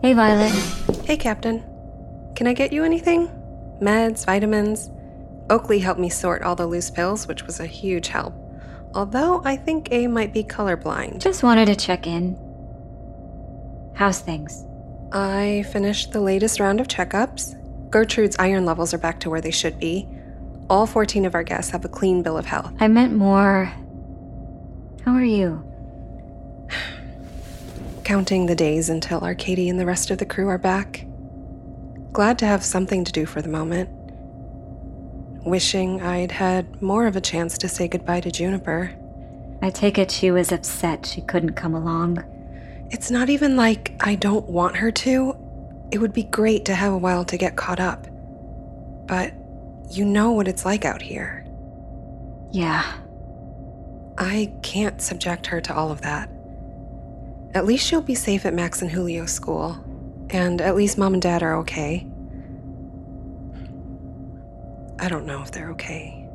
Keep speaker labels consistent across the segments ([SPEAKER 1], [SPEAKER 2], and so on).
[SPEAKER 1] Hey, Violet.
[SPEAKER 2] Hey, Captain. Can I get you anything? Meds, vitamins? Oakley helped me sort all the loose pills, which was a huge help. Although I think A might be colorblind.
[SPEAKER 1] Just wanted to check in. How's things?
[SPEAKER 2] I finished the latest round of checkups. Gertrude's iron levels are back to where they should be. All 14 of our guests have a clean bill of health.
[SPEAKER 1] I meant more. How are you?
[SPEAKER 2] Counting the days until Arcady and the rest of the crew are back. Glad to have something to do for the moment. Wishing I'd had more of a chance to say goodbye to Juniper.
[SPEAKER 1] I take it she was upset she couldn't come along.
[SPEAKER 2] It's not even like I don't want her to. It would be great to have a while to get caught up. But you know what it's like out here.
[SPEAKER 1] Yeah,
[SPEAKER 2] I can't subject her to all of that. At least she'll be safe at Max and Julio's school, and at least mom and dad are okay. I don't know if they're okay.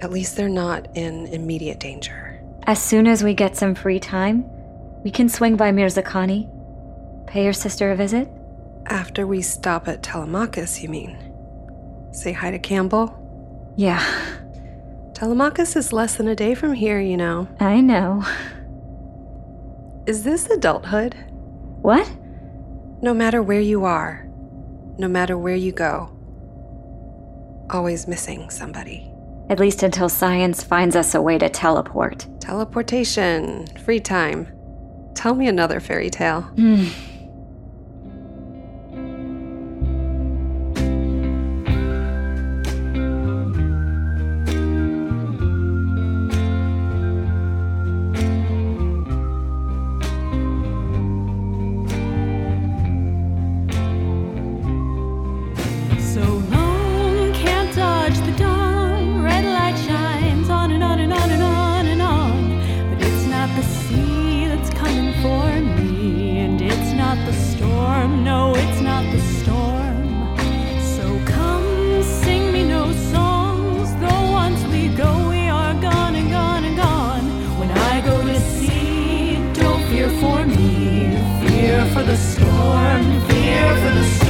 [SPEAKER 2] At least they're not in immediate danger.
[SPEAKER 1] as soon as we get some free time, we can swing by Mirzakhani. Pay your sister a visit?
[SPEAKER 2] After we stop at Telemachus, you mean? Say hi to Campbell?
[SPEAKER 1] Yeah,
[SPEAKER 2] Telemachus is less than a day from here, you know.
[SPEAKER 1] I know.
[SPEAKER 2] Is this adulthood?
[SPEAKER 1] What?
[SPEAKER 2] No matter where you are, no matter where you go, always missing somebody.
[SPEAKER 1] At least until science finds us a way to teleport.
[SPEAKER 2] Teleportation, free time. Tell me another fairy tale.
[SPEAKER 1] Hmm.
[SPEAKER 3] So long, can't dodge the dawn. Red light shines on and on and on and on and on. But it's not the sea that's coming for me, and it's not the storm. No, it's not the storm. So come, sing me no songs. Though once we go, we are gone and gone and gone. When I go to sea, don't fear for me. Fear for the storm. Fear for the storm.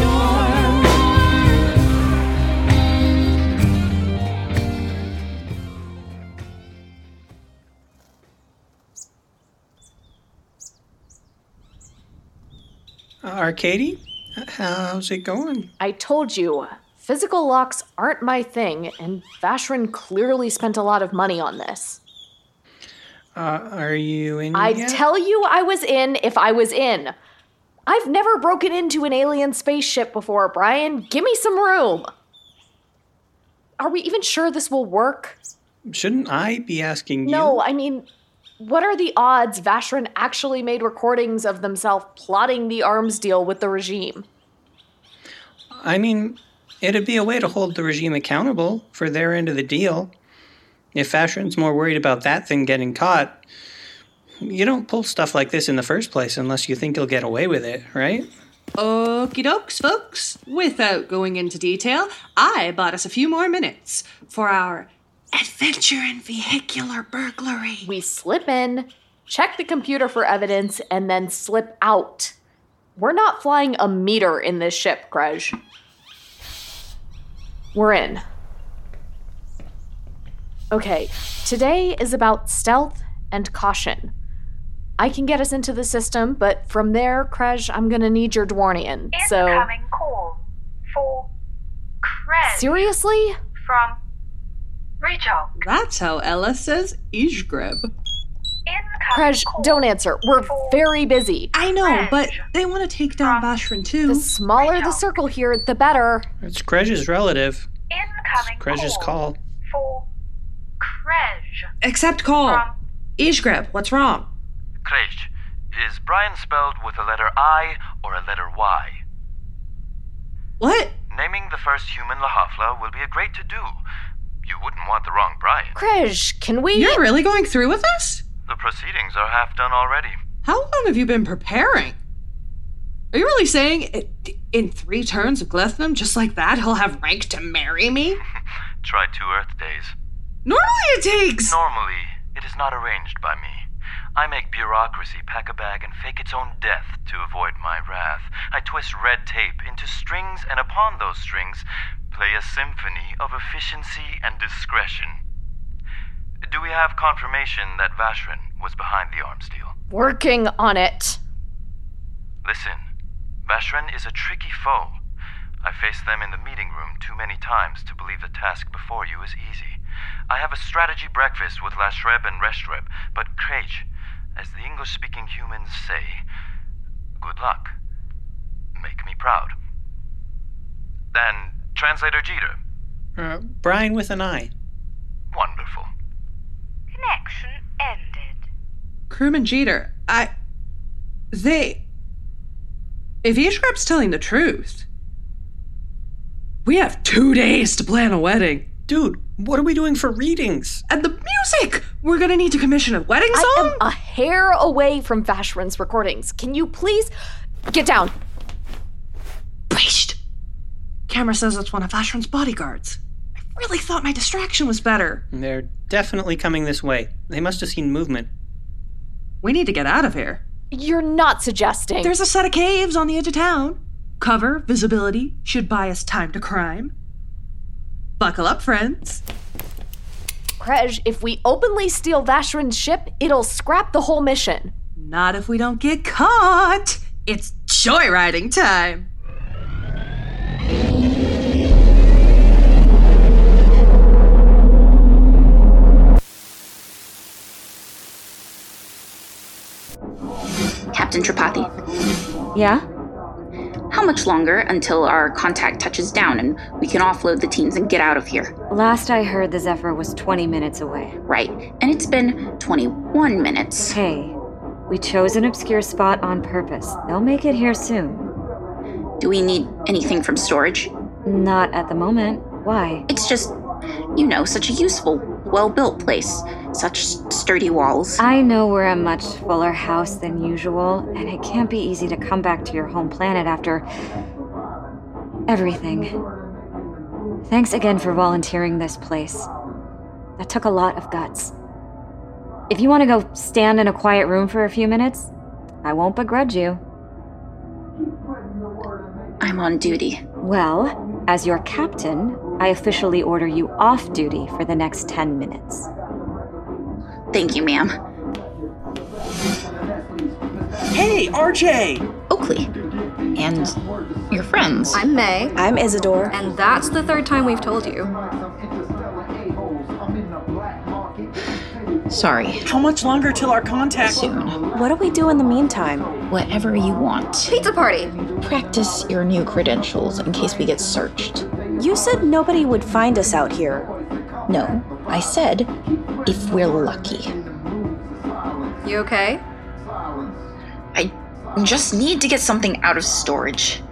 [SPEAKER 4] Uh, Arcady, how's it going?
[SPEAKER 5] I told you, physical locks aren't my thing, and Vashran clearly spent a lot of money on this.
[SPEAKER 4] Uh, are you in?
[SPEAKER 5] I
[SPEAKER 4] yet?
[SPEAKER 5] tell you, I was in if I was in. I've never broken into an alien spaceship before, Brian. Give me some room. Are we even sure this will work?
[SPEAKER 4] Shouldn't I be asking you?
[SPEAKER 5] No, I mean, what are the odds Vashran actually made recordings of themselves plotting the arms deal with the regime?
[SPEAKER 4] I mean, it'd be a way to hold the regime accountable for their end of the deal. If Fashion's more worried about that than getting caught, you don't pull stuff like this in the first place unless you think you'll get away with it, right?
[SPEAKER 6] Okie dokes, folks. Without going into detail, I bought us a few more minutes for our adventure in vehicular burglary.
[SPEAKER 5] We slip in, check the computer for evidence, and then slip out. We're not flying a meter in this ship, Grudge. We're in. Okay, today is about stealth and caution. I can get us into the system, but from there, Krej, I'm gonna need your Dwarnian. So,
[SPEAKER 7] Incoming call for Kren
[SPEAKER 5] seriously?
[SPEAKER 7] from Rijal.
[SPEAKER 6] That's how Ella says Ishgrib.
[SPEAKER 7] Incoming
[SPEAKER 5] Krej,
[SPEAKER 7] call
[SPEAKER 5] don't answer. We're very busy.
[SPEAKER 6] I know, but they want to take down Bashran
[SPEAKER 5] The
[SPEAKER 6] too.
[SPEAKER 5] smaller the circle here, the better.
[SPEAKER 4] It's Krej's relative.
[SPEAKER 7] Incoming
[SPEAKER 4] Krej's
[SPEAKER 7] call for
[SPEAKER 4] call.
[SPEAKER 7] Krej
[SPEAKER 6] Accept call.
[SPEAKER 7] from
[SPEAKER 6] Ishgrib, what's wrong?
[SPEAKER 8] Craig, Is Brian spelled with a letter I or a letter Y?
[SPEAKER 6] What?
[SPEAKER 8] Naming the first human Lahafla will be a great to do. You wouldn't want the wrong Brian.
[SPEAKER 5] Kresh, can we?
[SPEAKER 6] You're really going through with this?
[SPEAKER 8] The proceedings are half done already.
[SPEAKER 6] How long have you been preparing? Are you really saying i- in three turns of Glethnam, just like that, he'll have rank to marry me?
[SPEAKER 8] Try two Earth days.
[SPEAKER 6] Normally it takes.
[SPEAKER 8] Normally, it is not arranged by me. I make bureaucracy pack a bag and fake its own death to avoid my wrath. I twist red tape into strings, and upon those strings, play a symphony of efficiency and discretion. Do we have confirmation that Vashrin was behind the arms deal?
[SPEAKER 5] Working on it.
[SPEAKER 8] Listen, Vashrin is a tricky foe. I faced them in the meeting room too many times to believe the task before you is easy. I have a strategy breakfast with Lashreb and Reshreb, but Kraj, as the English speaking humans say, good luck. Make me proud. And translator Jeter.
[SPEAKER 4] Uh, Brian with an eye.
[SPEAKER 8] Wonderful.
[SPEAKER 7] Connection ended.
[SPEAKER 6] Crewman Jeter, I. They. If Ishrap's telling the truth, we have two days to plan a wedding.
[SPEAKER 4] Dude, what are we doing for readings?
[SPEAKER 6] And the music! We're gonna need to commission a wedding song?
[SPEAKER 5] I am a hair away from Vashrin's recordings. Can you please get down?
[SPEAKER 6] Bashed! Camera says it's one of Ashran's bodyguards. I really thought my distraction was better.
[SPEAKER 4] They're definitely coming this way. They must have seen movement.
[SPEAKER 6] We need to get out of here.
[SPEAKER 5] You're not suggesting.
[SPEAKER 6] There's a set of caves on the edge of town. Cover, visibility, should buy us time to crime. Buckle up, friends.
[SPEAKER 5] Krej, if we openly steal Vashrin's ship, it'll scrap the whole mission.
[SPEAKER 6] Not if we don't get caught. It's joyriding time.
[SPEAKER 9] Captain Tripathi,
[SPEAKER 1] Yeah?
[SPEAKER 9] how much longer until our contact touches down and we can offload the teams and get out of here?
[SPEAKER 1] Last I heard, the Zephyr was 20 minutes away.
[SPEAKER 9] Right. And it's been 21 minutes.
[SPEAKER 1] Hey, we chose an obscure spot on purpose. They'll make it here soon.
[SPEAKER 9] Do we need anything from storage?
[SPEAKER 1] Not at the moment. Why?
[SPEAKER 9] It's just, you know, such a useful, well built place, such sturdy walls.
[SPEAKER 1] I know we're a much fuller house than usual, and it can't be easy to come back to your home planet after everything. Thanks again for volunteering this place. That took a lot of guts. If you want to go stand in a quiet room for a few minutes, I won't begrudge you.
[SPEAKER 9] I'm on duty.
[SPEAKER 1] Well, as your captain, I officially order you off duty for the next 10 minutes.
[SPEAKER 9] Thank you, ma'am.
[SPEAKER 10] Hey, RJ!
[SPEAKER 9] Oakley. And your friends.
[SPEAKER 11] I'm May,
[SPEAKER 10] I'm Isidore.
[SPEAKER 11] and that's the third time we've told you.
[SPEAKER 9] Sorry.
[SPEAKER 10] How much longer till our contact?
[SPEAKER 9] Soon.
[SPEAKER 10] What do we do in the meantime?
[SPEAKER 9] Whatever you want.
[SPEAKER 11] Pizza party!
[SPEAKER 9] Practice your new credentials in case we get searched.
[SPEAKER 10] You said nobody would find us out here.
[SPEAKER 9] No, I said, if we're lucky.
[SPEAKER 11] You okay?
[SPEAKER 9] I just need to get something out of storage.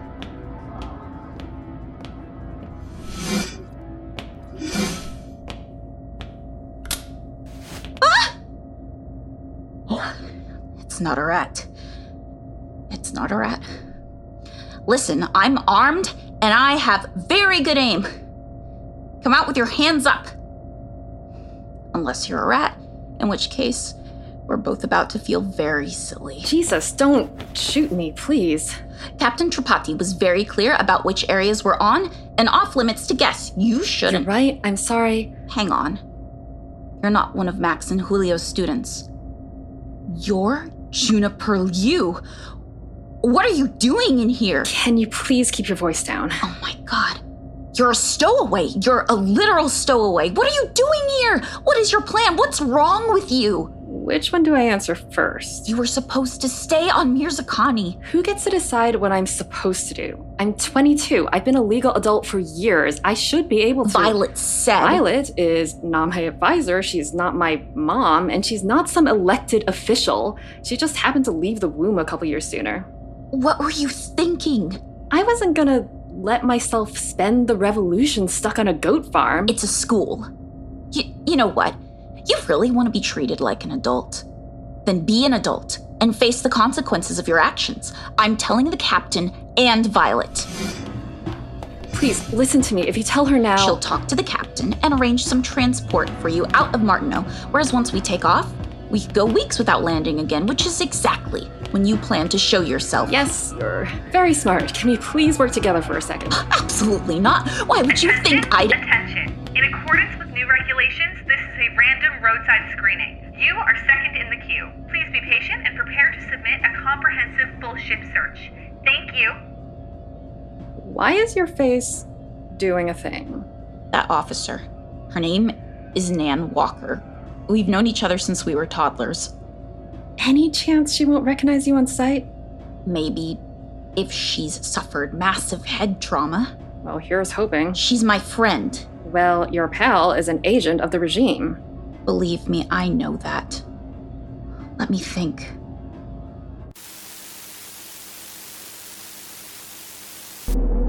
[SPEAKER 9] Ah! It's not a rat. It's not a rat. Listen, I'm armed and I have very good aim. Come out with your hands up. Unless you're a rat, in which case, we're both about to feel very silly.
[SPEAKER 11] Jesus, don't shoot me, please.
[SPEAKER 9] Captain Tripathi was very clear about which areas were on and off limits to guests. You
[SPEAKER 11] You're
[SPEAKER 9] shouldn't.
[SPEAKER 11] right, I'm sorry.
[SPEAKER 9] Hang on. You're not one of Max and Julio's students. You're Juniper Liu. What are you doing in here?
[SPEAKER 11] Can you please keep your voice down?
[SPEAKER 9] Oh my god. You're a stowaway. You're a literal stowaway. What are you doing here? What is your plan? What's wrong with you?
[SPEAKER 11] Which one do I answer first?
[SPEAKER 9] You were supposed to stay on Mirzakhani.
[SPEAKER 11] Who gets to decide what I'm supposed to do? I'm 22. I've been a legal adult for years. I should be able to.
[SPEAKER 9] Violet said.
[SPEAKER 11] Violet is not my advisor. She's not my mom, and she's not some elected official. She just happened to leave the womb a couple years sooner.
[SPEAKER 9] What were you thinking?
[SPEAKER 11] I wasn't gonna let myself spend the revolution stuck on a goat farm.
[SPEAKER 9] It's a school. You, you know what? You really want to be treated like an adult. Then be an adult and face the consequences of your actions. I'm telling the captain and Violet.
[SPEAKER 11] Please listen to me. If you tell her now,
[SPEAKER 9] She'll talk to the captain and arrange some transport for you out of Martineau, whereas once we take off, we could go weeks without landing again, which is exactly when you plan to show yourself.
[SPEAKER 11] Yes, you're very smart. Can we please work together for a second?
[SPEAKER 9] Absolutely not. Why would you think I'd.
[SPEAKER 7] Attention. In accordance with new regulations, this is a random roadside screening. You are second in the queue. Please be patient and prepare to submit a comprehensive full ship search. Thank you.
[SPEAKER 11] Why is your face doing a thing?
[SPEAKER 9] That officer. Her name is Nan Walker. We've known each other since we were toddlers.
[SPEAKER 11] Any chance she won't recognize you on sight?
[SPEAKER 9] Maybe if she's suffered massive head trauma.
[SPEAKER 11] Well, here's hoping.
[SPEAKER 9] She's my friend.
[SPEAKER 11] Well, your pal is an agent of the regime.
[SPEAKER 9] Believe me, I know that. Let me think.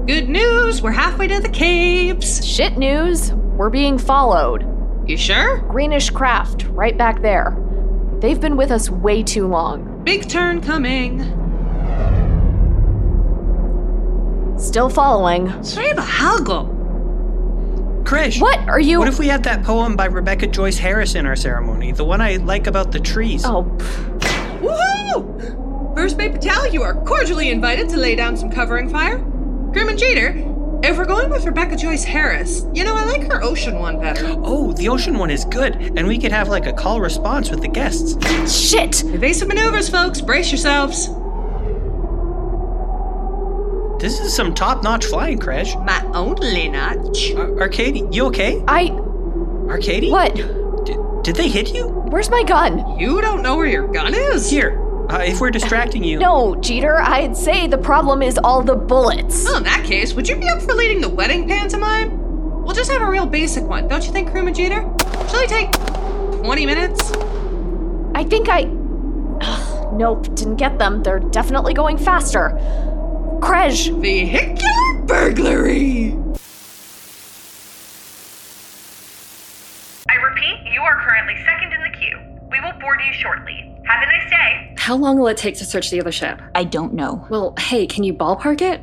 [SPEAKER 6] Good news, we're halfway to the caves.
[SPEAKER 5] Shit news, we're being followed.
[SPEAKER 6] You sure?
[SPEAKER 5] Greenish craft, right back there. They've been with us way too long.
[SPEAKER 6] Big turn coming.
[SPEAKER 5] Still following.
[SPEAKER 6] Sreba Halgo.
[SPEAKER 4] Krish.
[SPEAKER 5] What are you?
[SPEAKER 4] What if we had that poem by Rebecca Joyce Harris in our ceremony? The one I like about the trees.
[SPEAKER 5] Oh, pff,
[SPEAKER 6] Woohoo! First Mate Patel, you are cordially invited to lay down some covering fire. Grim and Jeter, if we're going with Rebecca Joyce Harris, you know, I like her ocean one better.
[SPEAKER 4] Oh, the ocean one is good, and we could have like a call response with the guests.
[SPEAKER 5] shit!
[SPEAKER 6] Evasive maneuvers, folks, brace yourselves.
[SPEAKER 4] This is some top-notch flying, Crash.
[SPEAKER 6] My only notch.
[SPEAKER 4] Ar- Arcady, you okay?
[SPEAKER 5] I.
[SPEAKER 4] Arcady?
[SPEAKER 5] What?
[SPEAKER 4] D- did they hit you?
[SPEAKER 5] Where's my gun?
[SPEAKER 6] You don't know where your gun is?
[SPEAKER 4] Here, uh, if we're distracting you.
[SPEAKER 5] No, Jeter, I'd say the problem is all the bullets.
[SPEAKER 6] Well, in that case, would you be up for leading the wedding pantomime? We'll just have a real basic one, don't you think, Kruma Jeter? Shall I take 20 minutes?
[SPEAKER 5] I think I. Ugh, nope, didn't get them. They're definitely going faster. Krej,
[SPEAKER 6] Vehicular burglary!
[SPEAKER 7] I repeat, you are currently second in the queue. We will board you shortly. Have a nice day.
[SPEAKER 11] How long will it take to search the other ship?
[SPEAKER 9] I don't know.
[SPEAKER 11] Well, hey, can you ballpark it?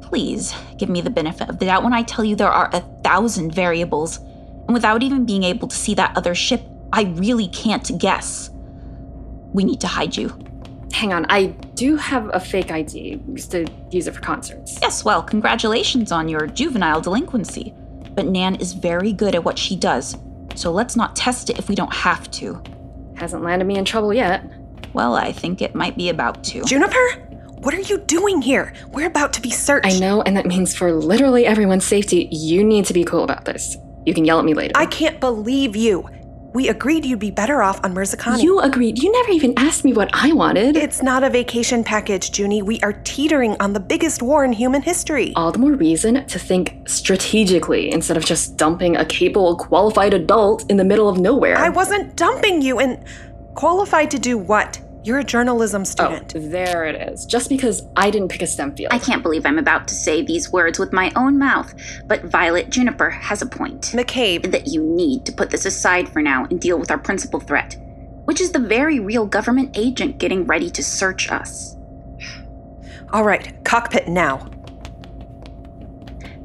[SPEAKER 9] Please give me the benefit of the doubt when I tell you there are a thousand variables, and without even being able to see that other ship, I really can't guess. We need to hide you.
[SPEAKER 11] Hang on, I do have a fake ID. Used to use it for concerts.
[SPEAKER 9] Yes, well, congratulations on your juvenile delinquency. But Nan is very good at what she does, so let's not test it if we don't have to.
[SPEAKER 11] Hasn't landed me in trouble yet.
[SPEAKER 9] Well, I think it might be about to.
[SPEAKER 2] Juniper? What are you doing here? We're about to be searched.
[SPEAKER 11] I know, and that means for literally everyone's safety, you need to be cool about this. You can yell at me later.
[SPEAKER 2] I can't believe you. We agreed you'd be better off on Merzakani.
[SPEAKER 11] you agreed. You never even asked me what I wanted.
[SPEAKER 2] It's not a vacation package, Junie. We are teetering on the biggest war in human history.
[SPEAKER 11] All the more reason to think strategically instead of just dumping a capable, qualified adult in the middle of nowhere.
[SPEAKER 2] I wasn't dumping you and qualified to do what? You're a journalism
[SPEAKER 11] Oh,
[SPEAKER 2] student.
[SPEAKER 11] there it is. Just because I didn't pick a STEM field.
[SPEAKER 9] I can't believe I'm about to say these words with my own mouth, but Violet Juniper has a point.
[SPEAKER 2] McCabe,
[SPEAKER 9] That you need to put this aside for now and deal with our principal threat, which is the very real government agent getting ready to search us.
[SPEAKER 2] all right, cockpit now.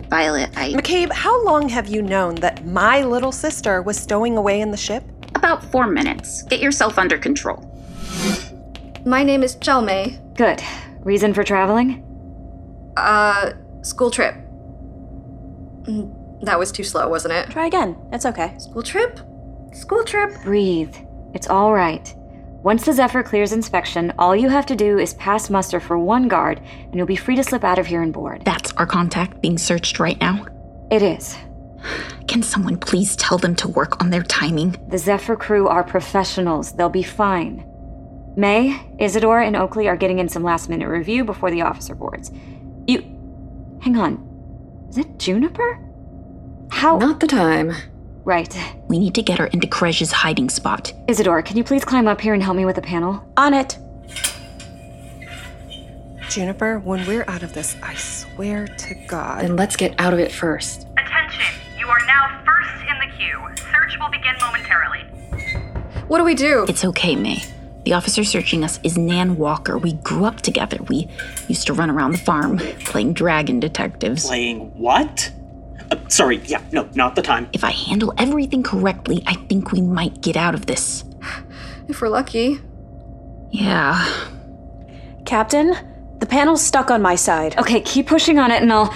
[SPEAKER 9] Violet, I.
[SPEAKER 2] McCabe, how long have you known that my little sister was stowing away in the ship?
[SPEAKER 9] About four minutes. Get yourself under control.
[SPEAKER 12] My name is Chelme.
[SPEAKER 1] Good. Reason for traveling?
[SPEAKER 12] Uh, school trip. Mm, That was too slow, wasn't it?
[SPEAKER 10] Try again. It's okay.
[SPEAKER 12] School trip? School trip?
[SPEAKER 1] Breathe. It's all right. Once the Zephyr clears inspection, all you have to do is pass muster for one guard, and you'll be free to slip out of here and board.
[SPEAKER 9] That's our contact being searched right now.
[SPEAKER 1] It is.
[SPEAKER 9] Can someone please tell them to work on their timing?
[SPEAKER 1] The Zephyr crew are professionals. They'll be fine. May, Isidore, and Oakley are getting in some last minute review before the officer boards. You. Hang on. Is it Juniper? How?
[SPEAKER 11] Not the time.
[SPEAKER 1] Right.
[SPEAKER 9] We need to get her into Krej's hiding spot.
[SPEAKER 1] Isidore, can you please climb up here and help me with the panel?
[SPEAKER 10] On it.
[SPEAKER 2] Juniper, when we're out of this, I swear to God.
[SPEAKER 11] Then let's get out of it first.
[SPEAKER 7] Attention, you are now first in the queue. Search will begin momentarily.
[SPEAKER 9] What do we do? It's okay, May. The officer searching us is Nan Walker. We grew up together. We used to run around the farm playing dragon detectives.
[SPEAKER 13] Playing what? Uh, sorry, yeah, no, not the time.
[SPEAKER 9] If I handle everything correctly, I think we might get out of this.
[SPEAKER 12] If we're lucky.
[SPEAKER 9] Yeah.
[SPEAKER 10] Captain, the panel's stuck on my side.
[SPEAKER 1] Okay, keep pushing on it and I'll.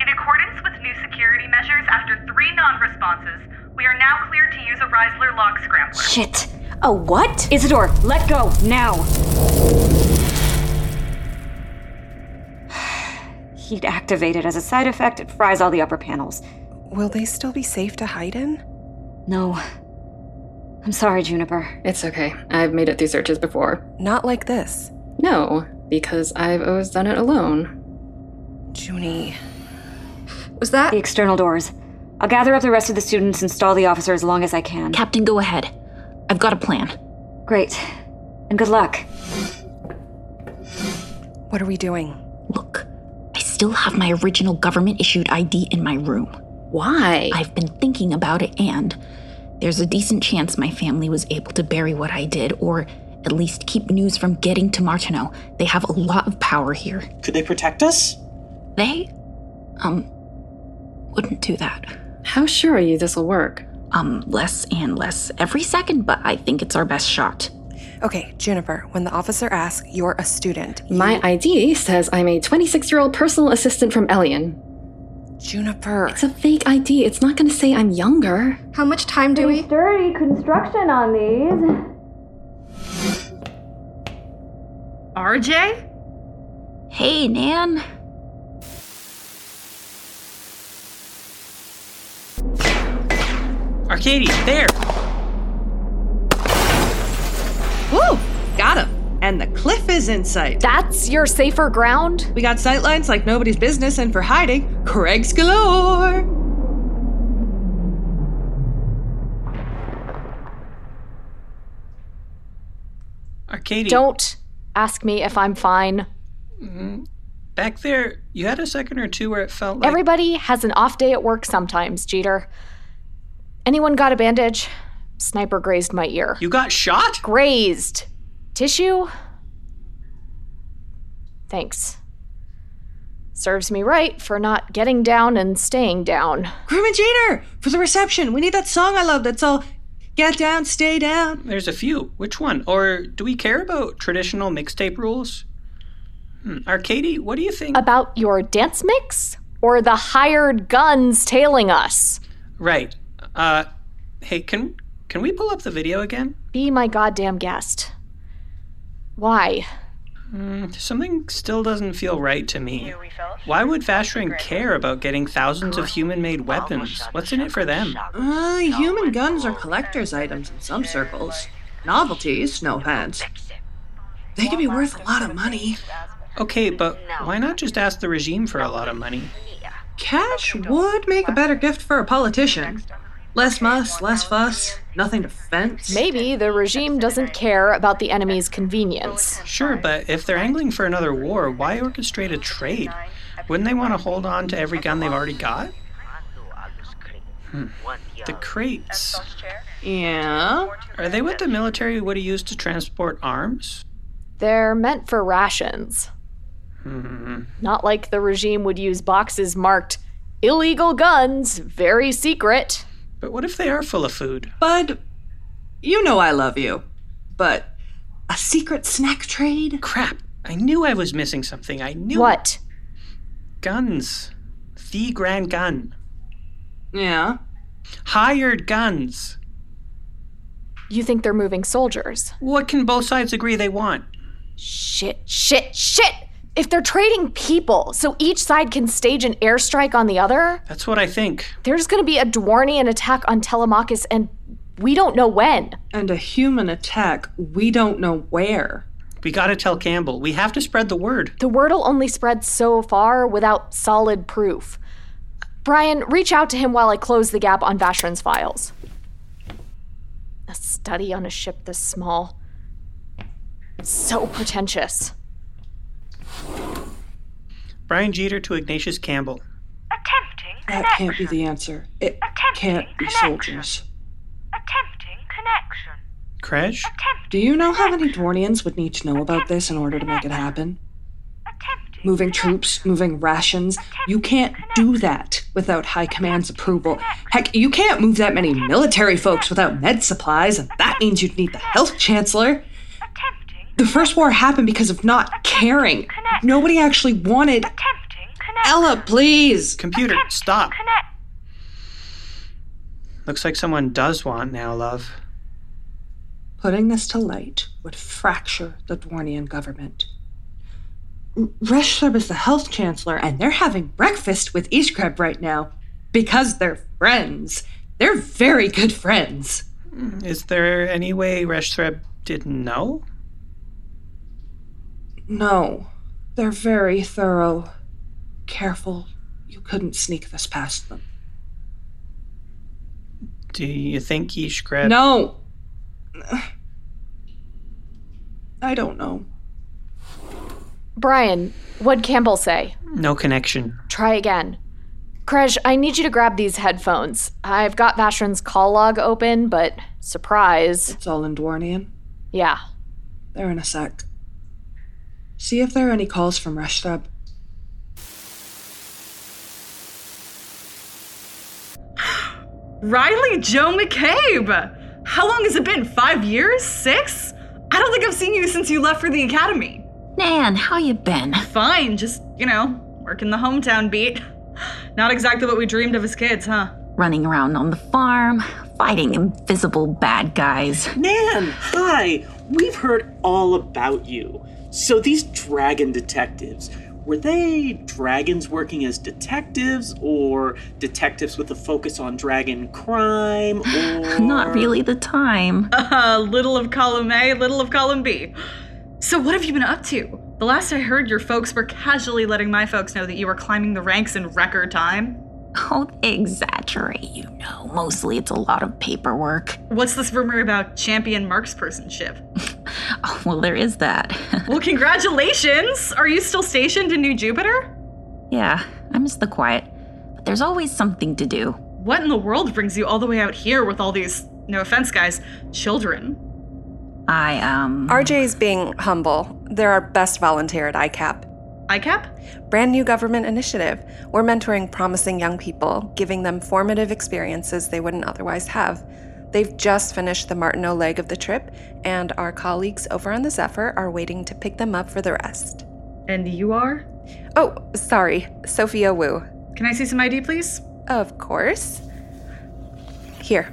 [SPEAKER 7] In accordance with new security measures after three non responses, we are now cleared to use a Reisler log scrambler.
[SPEAKER 1] Shit.
[SPEAKER 10] A what?
[SPEAKER 1] Isidore, let go now. Heat activated as a side effect, it fries all the upper panels.
[SPEAKER 2] Will they still be safe to hide in?
[SPEAKER 1] No. I'm sorry, Juniper.
[SPEAKER 11] It's okay. I've made it through searches before.
[SPEAKER 2] Not like this.
[SPEAKER 11] No, because I've always done it alone.
[SPEAKER 2] Junie.
[SPEAKER 12] Was that?
[SPEAKER 1] The external doors. I'll gather up the rest of the students and stall the officer as long as I can.
[SPEAKER 9] Captain, go ahead. I've got a plan.
[SPEAKER 1] Great. And good luck.
[SPEAKER 2] What are we doing?
[SPEAKER 9] Look, I still have my original government issued ID in my room.
[SPEAKER 11] Why?
[SPEAKER 9] I've been thinking about it, and there's a decent chance my family was able to bury what I did, or at least keep news from getting to Martineau. They have a lot of power here.
[SPEAKER 13] Could they protect us?
[SPEAKER 9] They, um, wouldn't do that.
[SPEAKER 11] How sure are you this will work?
[SPEAKER 9] Um, less and less every second, but I think it's our best shot.
[SPEAKER 2] Okay, Juniper, when the officer asks, you're a student.
[SPEAKER 11] My ID says I'm a 26 year old personal assistant from Elian.
[SPEAKER 2] Juniper.
[SPEAKER 11] It's a fake ID. It's not going to say I'm younger.
[SPEAKER 12] How much time do we?
[SPEAKER 1] Sturdy construction on these.
[SPEAKER 14] RJ?
[SPEAKER 9] Hey, Nan.
[SPEAKER 4] Arcady, there!
[SPEAKER 14] Woo! Got him. And the cliff is in sight.
[SPEAKER 5] That's your safer ground?
[SPEAKER 14] We got sightlines like nobody's business, and for hiding, Craig's galore!
[SPEAKER 4] Arcady.
[SPEAKER 5] Don't ask me if I'm fine.
[SPEAKER 4] Mhm. Back there, you had a second or two where it felt like.
[SPEAKER 5] Everybody has an off day at work sometimes, Jeter. Anyone got a bandage? Sniper grazed my ear.
[SPEAKER 4] You got shot?
[SPEAKER 5] Grazed. Tissue? Thanks. Serves me right for not getting down and staying down.
[SPEAKER 14] Groom and Jeter for the reception. We need that song I love that's all get down, stay down.
[SPEAKER 4] There's a few. Which one? Or do we care about traditional mixtape rules? Hmm. Arcady, what do you think?
[SPEAKER 5] About your dance mix? Or the hired guns tailing us?
[SPEAKER 4] Right. Uh, hey, can can we pull up the video again?
[SPEAKER 5] Be my goddamn guest. Why?
[SPEAKER 4] Hmm, something still doesn't feel right to me. Why would Vashran care about getting thousands of human-made weapons? What's in it for them?
[SPEAKER 14] Uh, human guns are collector's items in some circles. Novelties, no offense. They could be worth a lot of money.
[SPEAKER 4] Okay, but why not just ask the regime for a lot of money?
[SPEAKER 14] Cash would make a better gift for a politician. Less muss, less fuss, nothing to fence.
[SPEAKER 5] Maybe the regime doesn't care about the enemy's convenience.
[SPEAKER 4] Sure, but if they're angling for another war, why orchestrate a trade? Wouldn't they want to hold on to every gun they've already got? Hmm. The crates.
[SPEAKER 14] Yeah.
[SPEAKER 4] Are they what the military would have used to transport arms?
[SPEAKER 5] They're meant for rations.
[SPEAKER 4] Hmm.
[SPEAKER 5] Not like the regime would use boxes marked illegal guns, very secret.
[SPEAKER 4] But what if they are full of food?
[SPEAKER 14] Bud, you know I love you, but a secret snack trade?
[SPEAKER 4] Crap! I knew I was missing something. I knew.
[SPEAKER 5] What?
[SPEAKER 4] Guns. The Grand Gun.
[SPEAKER 14] Yeah.
[SPEAKER 4] Hired guns.
[SPEAKER 5] You think they're moving soldiers?
[SPEAKER 4] What can both sides agree they want?
[SPEAKER 5] Shit, shit, shit! if they're trading people, so each side can stage an airstrike on the other,
[SPEAKER 4] That's what I think.
[SPEAKER 5] there's going to be a Dwarnian attack on Telemachus, and we don't know when.
[SPEAKER 6] And a human attack, we don't know where.
[SPEAKER 4] We gotta tell Campbell. We have to spread the word.
[SPEAKER 5] The word'll only spread so far without solid proof. Brian, reach out to him while I close the gap on Vashran's files. A study on a ship this small. So pretentious.
[SPEAKER 4] Brian Jeter to Ignatius Campbell.
[SPEAKER 6] That can't be the answer. It can't be soldiers.
[SPEAKER 4] Kresh?
[SPEAKER 6] Do you know how many Dwarnians would need to know about this in order to make it happen? Moving troops, moving rations. You can't do that without High Command's approval. Heck, you can't move that many military folks without med supplies, and that means you'd need the health chancellor. The First War happened because of not caring. Nobody actually wanted. Ella, please!
[SPEAKER 4] Computer, stop. Looks like someone does want now, love.
[SPEAKER 6] Putting this to light would fracture the Dwarnian government. Reshleb is the health chancellor, and they're having breakfast with Ishkreb right now because they're friends. They're very good friends.
[SPEAKER 4] Is there any way Reshtreb didn't know?
[SPEAKER 6] No, they're very thorough. Careful, you couldn't sneak this past them.
[SPEAKER 4] Do you think he Ishkred?
[SPEAKER 6] No! I don't know.
[SPEAKER 5] Brian, what'd Campbell say?
[SPEAKER 4] No connection.
[SPEAKER 5] Try again. Kresh, I need you to grab these headphones. I've got Vashran's call log open, but surprise. It's
[SPEAKER 6] all in Dwarnian.
[SPEAKER 5] Yeah.
[SPEAKER 6] They're in a sec. See if there are any calls from Reshtab.
[SPEAKER 15] Riley Joe McCabe! How long has it been? Five years? Six? I don't think I've seen you since you left for the academy.
[SPEAKER 9] Nan, how you been?
[SPEAKER 15] Fine, just, you know, working the hometown beat. Not exactly what we dreamed of as kids, huh?
[SPEAKER 9] Running around on the farm, fighting invisible bad guys.
[SPEAKER 13] Nan, hi! We've heard all about you. So these dragon detectives, were they dragons working as detectives or detectives with a focus on dragon crime or
[SPEAKER 9] Not really the time.
[SPEAKER 15] Uh, little of column A, little of column B. So, what have you been up to? The last I heard, your folks were casually letting my folks know that you were climbing the ranks in record time.
[SPEAKER 9] Oh, they exaggerate, you know. Mostly it's a lot of paperwork.
[SPEAKER 15] What's this rumor about champion markspersonship?
[SPEAKER 9] Oh, well, there is that.
[SPEAKER 15] well, congratulations! Are you still stationed in New Jupiter?
[SPEAKER 9] Yeah, I miss the quiet. But there's always something to do.
[SPEAKER 15] What in the world brings you all the way out here with all these, no offense, guys, children?
[SPEAKER 9] I, um.
[SPEAKER 2] RJ's being humble. They're our best volunteer at ICAP.
[SPEAKER 15] ICAP?
[SPEAKER 2] Brand new government initiative. We're mentoring promising young people, giving them formative experiences they wouldn't otherwise have. They've just finished the Martineau leg of the trip, and our colleagues over on the Zephyr are waiting to pick them up for the rest.
[SPEAKER 15] And you are?
[SPEAKER 2] Oh, sorry, Sophia Wu.
[SPEAKER 15] Can I see some ID, please?
[SPEAKER 2] Of course. Here,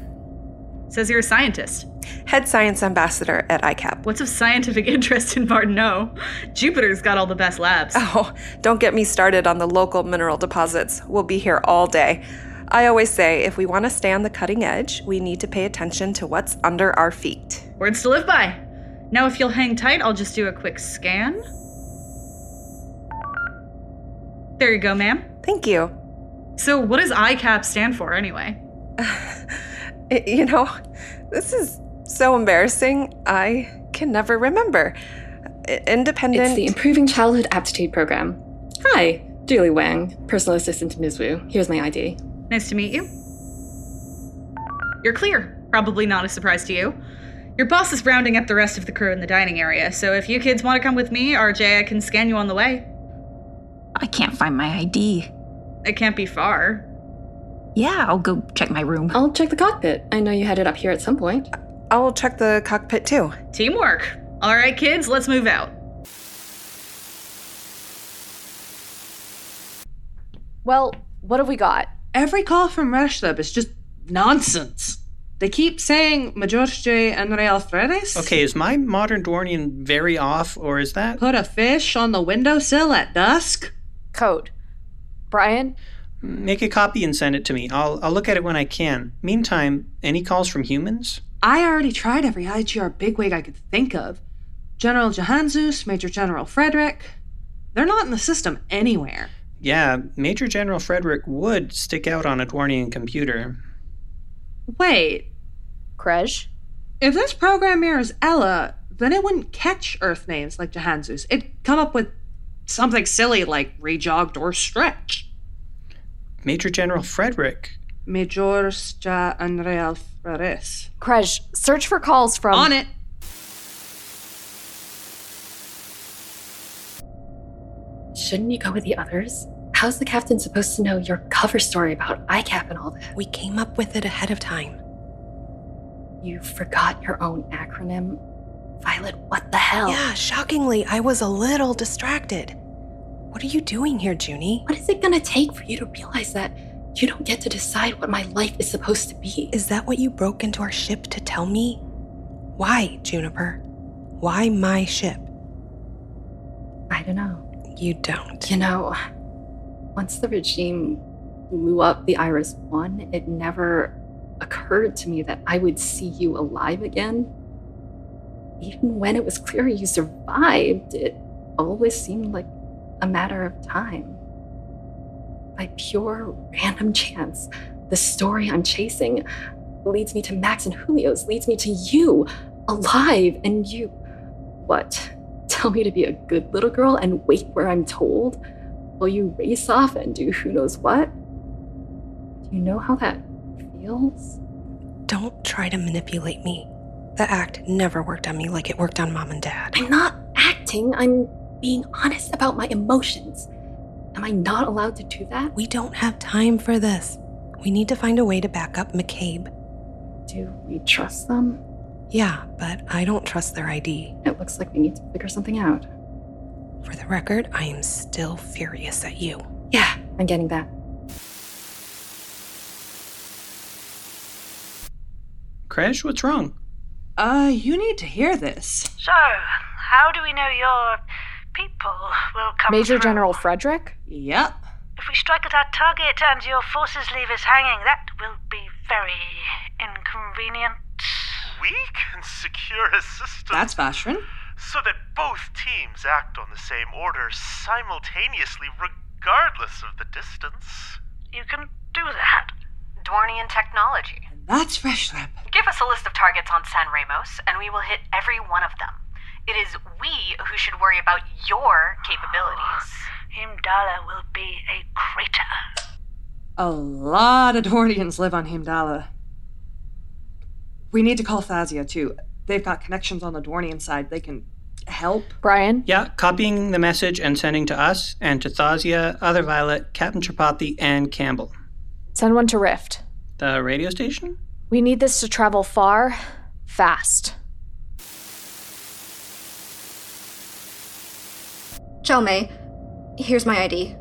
[SPEAKER 15] Says you're a scientist.
[SPEAKER 2] head science ambassador at ICAP.
[SPEAKER 15] What's of scientific interest in Martineau? Jupiter's got all the best labs.
[SPEAKER 2] Oh, don't get me started on the local mineral deposits. We'll be here all day. I always say if we want to stay on the cutting edge, we need to pay attention to what's under our feet.
[SPEAKER 15] Words to live by. Now, if you'll hang tight, I'll just do a quick scan. There you go, ma'am.
[SPEAKER 2] Thank you.
[SPEAKER 15] So, what does ICAP stand for anyway?
[SPEAKER 2] I- you know, this is so embarrassing. I can never remember. I- Independent.
[SPEAKER 11] It's the Improving Childhood Aptitude Program. Hi, Julie Wang, personal assistant to Ms. Wu. Here's my ID.
[SPEAKER 15] Nice to meet you. You're clear. Probably not a surprise to you. Your boss is rounding up the rest of the crew in the dining area, so if you kids want to come with me, RJ, I can scan you on the way.
[SPEAKER 9] I can't find my ID.
[SPEAKER 15] It can't be far.
[SPEAKER 9] Yeah, I'll go check my room.
[SPEAKER 11] I'll check the cockpit. I know you had it up here at some point.
[SPEAKER 2] I will check the cockpit too.
[SPEAKER 15] Teamwork. All right, kids, let's move out.
[SPEAKER 5] Well, what have we got?
[SPEAKER 6] Every call from Reshleb is just nonsense. They keep saying Majorje and Real Fredes.
[SPEAKER 4] Okay, is my modern Dwarnian very off, or is that?
[SPEAKER 6] Put a fish on the windowsill at dusk.
[SPEAKER 5] Code. Brian?
[SPEAKER 4] Make a copy and send it to me. I'll, I'll look at it when I can. Meantime, any calls from humans?
[SPEAKER 6] I already tried every IGR bigwig I could think of. General Johansus, Major General Frederick. They're not in the system anywhere.
[SPEAKER 4] Yeah, Major General Frederick would stick out on a Dwarnian computer.
[SPEAKER 6] Wait.
[SPEAKER 5] Krej?
[SPEAKER 6] If this program mirrors Ella, then it wouldn't catch Earth names like Johansus. It'd come up with something silly like rejogged or stretch.
[SPEAKER 4] Major General Frederick.
[SPEAKER 6] Majors Ja Andreal Freres.
[SPEAKER 5] Krej, search for calls from.
[SPEAKER 6] On it!
[SPEAKER 11] Shouldn't you go with the others? How's the captain supposed to know your cover story about ICAP and all that?
[SPEAKER 2] We came up with it ahead of time.
[SPEAKER 11] You forgot your own acronym? Violet, what the hell?
[SPEAKER 2] Yeah, shockingly, I was a little distracted. What are you doing here, Junie?
[SPEAKER 11] What is it gonna take for you to realize that you don't get to decide what my life is supposed to be?
[SPEAKER 2] Is that what you broke into our ship to tell me? Why, Juniper? Why my ship?
[SPEAKER 11] I don't know.
[SPEAKER 2] You don't.
[SPEAKER 11] You know, once the regime blew up the Iris 1, it never occurred to me that I would see you alive again. Even when it was clear you survived, it always seemed like a matter of time. By pure random chance, the story I'm chasing leads me to Max and Julio's, leads me to you, alive, and you. What? Tell me to be a good little girl and wait where I'm told? Will you race off and do who knows what? Do you know how that feels?
[SPEAKER 2] Don't try to manipulate me. The act never worked on me like it worked on mom and dad.
[SPEAKER 11] I'm not acting, I'm being honest about my emotions. Am I not allowed to do that?
[SPEAKER 2] We don't have time for this. We need to find a way to back up McCabe.
[SPEAKER 11] Do we trust them?
[SPEAKER 2] Yeah, but I don't trust their ID.
[SPEAKER 11] It looks like we need to figure something out.
[SPEAKER 2] For the record, I am still furious at you.
[SPEAKER 11] Yeah, I'm getting that.
[SPEAKER 4] Crash, what's wrong?
[SPEAKER 6] Uh, you need to hear this.
[SPEAKER 16] So, how do we know your people will come
[SPEAKER 5] Major
[SPEAKER 16] through?
[SPEAKER 5] General Frederick?
[SPEAKER 6] Yep.
[SPEAKER 16] If we strike at our target and your forces leave us hanging, that will be very inconvenient.
[SPEAKER 17] We can secure a system.
[SPEAKER 6] That's Vashrin.
[SPEAKER 17] So that both teams act on the same order simultaneously, regardless of the distance.
[SPEAKER 16] You can do that.
[SPEAKER 18] Dwarnian technology.
[SPEAKER 6] That's Fresh Lab.
[SPEAKER 18] Give us a list of targets on San Ramos, and we will hit every one of them. It is we who should worry about your capabilities.
[SPEAKER 16] Himdala will be a crater.
[SPEAKER 6] A lot of Dwardians live on Himdala. We need to call Thazia too. They've got connections on the Dwarnian side. They can help.
[SPEAKER 5] Brian?
[SPEAKER 4] Yeah, copying the message and sending to us and to Thazia, Other Violet, Captain Chapati, and Campbell.
[SPEAKER 5] Send one to Rift.
[SPEAKER 4] The radio station?
[SPEAKER 5] We need this to travel far, fast.
[SPEAKER 12] Chelme, here's my ID.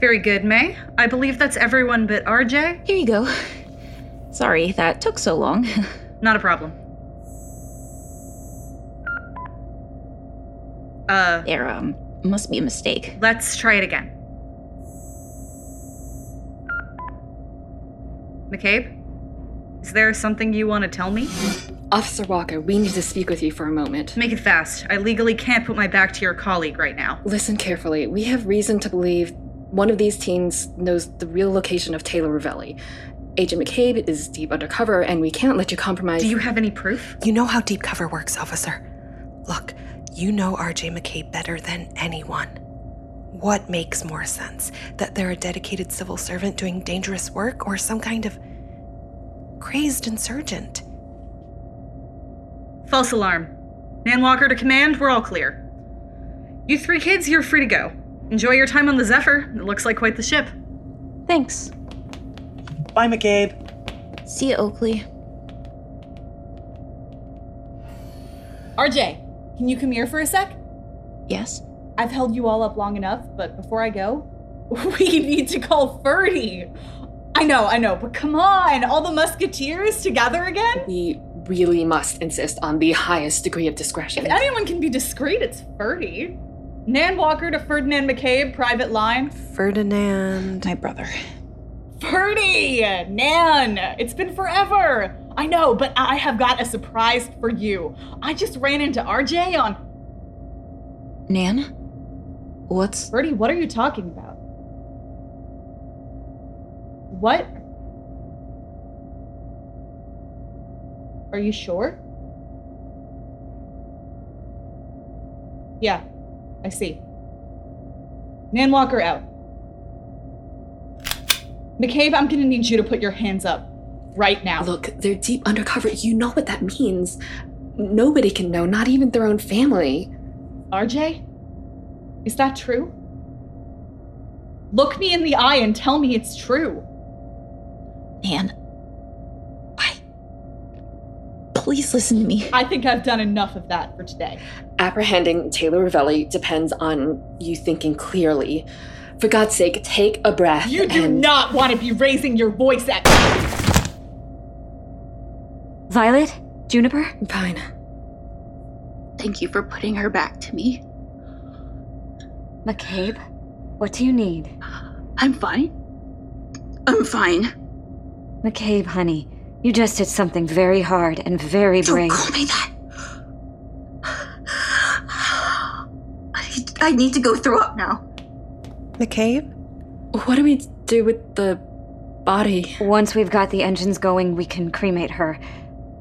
[SPEAKER 15] Very good, May. I believe that's everyone but RJ.
[SPEAKER 9] Here you go. Sorry that took so long.
[SPEAKER 15] Not a problem. Uh.
[SPEAKER 9] There, um, must be a mistake.
[SPEAKER 15] Let's try it again. McCabe, is there something you want to tell me?
[SPEAKER 11] Officer Walker, we need to speak with you for a moment.
[SPEAKER 15] Make it fast. I legally can't put my back to your colleague right now.
[SPEAKER 11] Listen carefully. We have reason to believe one of these teens knows the real location of Taylor Ravelli. Agent McCabe is deep undercover, and we can't let you compromise.
[SPEAKER 15] Do you have any proof?
[SPEAKER 2] You know how deep cover works, officer. Look, you know RJ McCabe better than anyone. What makes more sense? That they're a dedicated civil servant doing dangerous work or some kind of crazed insurgent?
[SPEAKER 15] False alarm. Nan Walker to command, we're all clear. You three kids, you're free to go. Enjoy your time on the Zephyr. It looks like quite the ship.
[SPEAKER 9] Thanks.
[SPEAKER 13] Bye, McCabe.
[SPEAKER 9] See you, Oakley.
[SPEAKER 19] RJ, can you come here for a sec?
[SPEAKER 9] Yes?
[SPEAKER 19] I've held you all up long enough, but before I go, we need to call Ferdy.
[SPEAKER 15] I know, I know, but come on, all the musketeers together again?
[SPEAKER 11] We really must insist on the highest degree of discretion.
[SPEAKER 15] If anyone can be discreet, it's Ferdy. Nan Walker to Ferdinand McCabe, private line.
[SPEAKER 2] Ferdinand.
[SPEAKER 9] My brother.
[SPEAKER 15] Ferdy! Nan! It's been forever! I know, but I have got a surprise for you. I just ran into RJ on.
[SPEAKER 9] Nan? What's.
[SPEAKER 15] Ferdy, what are you talking about? What? Are you sure? Yeah, I see. Nan Walker out. McCabe, I'm gonna need you to put your hands up right now.
[SPEAKER 11] Look, they're deep undercover. You know what that means. Nobody can know, not even their own family.
[SPEAKER 15] RJ? Is that true? Look me in the eye and tell me it's true.
[SPEAKER 9] Nan, I. Please listen to me.
[SPEAKER 15] I think I've done enough of that for today.
[SPEAKER 11] Apprehending Taylor Ravelli depends on you thinking clearly. For God's sake, take a breath.
[SPEAKER 15] You do
[SPEAKER 11] and-
[SPEAKER 15] not want to be raising your voice at me!
[SPEAKER 1] Violet? Juniper?
[SPEAKER 11] Fine.
[SPEAKER 9] Thank you for putting her back to me.
[SPEAKER 1] McCabe? What do you need?
[SPEAKER 9] I'm fine. I'm fine.
[SPEAKER 1] McCabe, honey, you just did something very hard and very brave.
[SPEAKER 9] Don't call me that. I need to go throw up now.
[SPEAKER 2] McCabe?
[SPEAKER 11] What do we do with the body?
[SPEAKER 1] Once we've got the engines going, we can cremate her.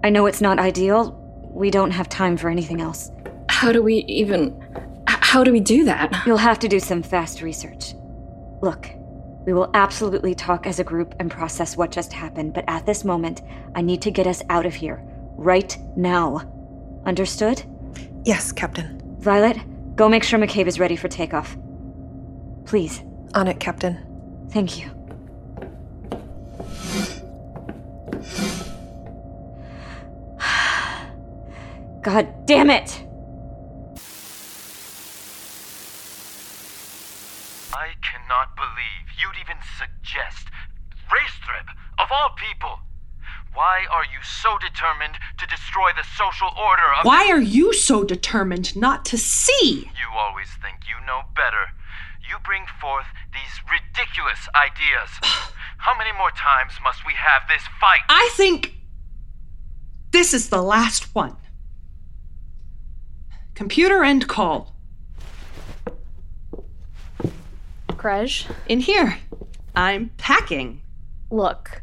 [SPEAKER 1] I know it's not ideal. We don't have time for anything else.
[SPEAKER 11] How do we even. h- How do we do that?
[SPEAKER 1] You'll have to do some fast research. Look, we will absolutely talk as a group and process what just happened, but at this moment, I need to get us out of here. Right now. Understood?
[SPEAKER 2] Yes, Captain.
[SPEAKER 1] Violet, go make sure McCabe is ready for takeoff. Please.
[SPEAKER 2] On it, Captain.
[SPEAKER 1] Thank you. God damn it!
[SPEAKER 8] I cannot believe you'd even suggest Racetrip, of all people. Why are you so determined to destroy the social order of.
[SPEAKER 6] Why are you so determined not to see?
[SPEAKER 8] You always think you know better. You bring forth these ridiculous ideas. How many more times must we have this fight?
[SPEAKER 6] I think this is the last one. Computer end call.
[SPEAKER 5] Krej?
[SPEAKER 6] In here. I'm packing.
[SPEAKER 5] Look,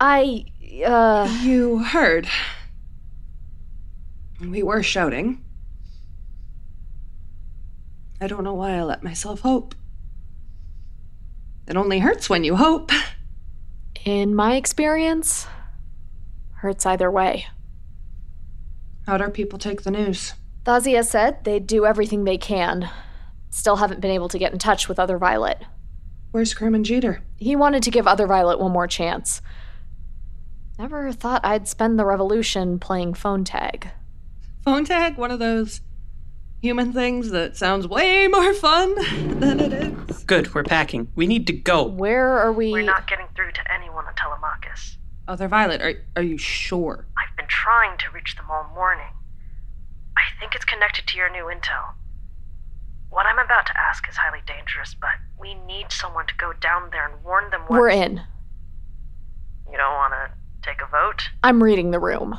[SPEAKER 5] I. uh.
[SPEAKER 6] You heard. We were shouting. I don't know why I let myself hope. It only hurts when you hope.
[SPEAKER 5] In my experience, hurts either way.
[SPEAKER 6] How'd our people take the news?
[SPEAKER 5] Thazia said they'd do everything they can. Still haven't been able to get in touch with Other Violet.
[SPEAKER 6] Where's Kerman Jeter?
[SPEAKER 5] He wanted to give Other Violet one more chance. Never thought I'd spend the revolution playing phone tag.
[SPEAKER 6] Phone tag? One of those human things that sounds way more fun than it is.
[SPEAKER 20] Good, we're packing. We need to go.
[SPEAKER 5] Where are we?
[SPEAKER 16] We're not getting through to anyone at Telemachus.
[SPEAKER 6] Other Oh, Violet, are, are you sure?
[SPEAKER 16] I've been trying to reach them all morning. I think it's connected to your new intel. What I'm about to ask is highly dangerous, but we need someone to go down there and warn them what.
[SPEAKER 5] We're in.
[SPEAKER 16] You don't want to take a vote?
[SPEAKER 5] I'm reading the room.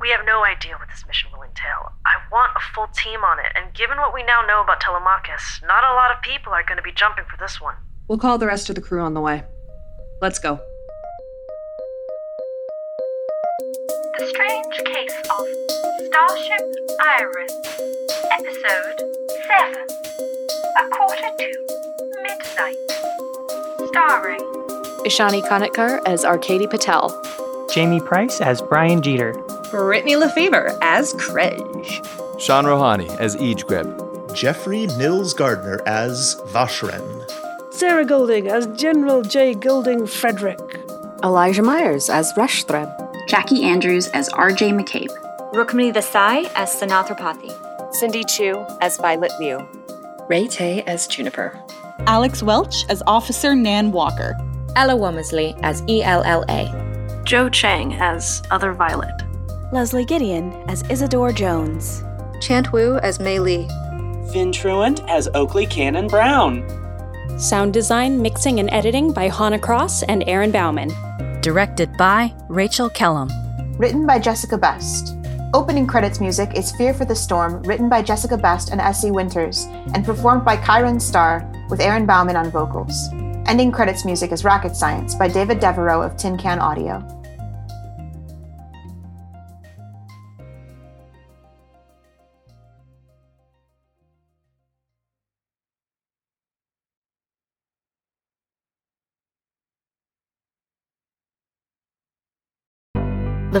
[SPEAKER 16] We have no idea what this mission will entail. I want a full team on it, and given what we now know about Telemachus, not a lot of people are going to be jumping for this one.
[SPEAKER 6] We'll call the rest of the crew on the way. Let's go.
[SPEAKER 16] The Strange Case of Starship Iris, Episode 7, A Quarter to Midnight. Starring
[SPEAKER 5] Ishani Kanitkar as Arcady Patel.
[SPEAKER 4] Jamie Price as Brian Jeter.
[SPEAKER 21] Brittany Lefevre as Krej.
[SPEAKER 17] Sean Rohani as Ejgrib. Jeffrey Nils Gardner as Vashren.
[SPEAKER 22] Sarah Golding as General J. Golding Frederick.
[SPEAKER 23] Elijah Myers as Reshtreb.
[SPEAKER 9] Jackie Andrews as RJ McCabe.
[SPEAKER 1] Rukmini Desai as Sanathrapathi.
[SPEAKER 24] Cindy Chu as Violet Liu.
[SPEAKER 23] Ray Tay as Juniper.
[SPEAKER 15] Alex Welch as Officer Nan Walker. Ella Womersley as E ELLA,
[SPEAKER 16] Joe Chang as Other Violet.
[SPEAKER 11] Leslie Gideon as Isidore Jones.
[SPEAKER 25] Chant Wu as Mei Lee.
[SPEAKER 13] Finn Truant as Oakley Cannon Brown.
[SPEAKER 9] Sound design, mixing, and editing by Hannah Cross and Aaron Bauman. Directed by Rachel Kellum.
[SPEAKER 26] Written by Jessica Best. Opening credits music is Fear for the Storm, written by Jessica Best and Essie Winters, and performed by Kyron Starr, with Aaron Bauman on vocals. Ending credits music is Rocket Science by David Devereaux of Tin Can Audio.
[SPEAKER 27] The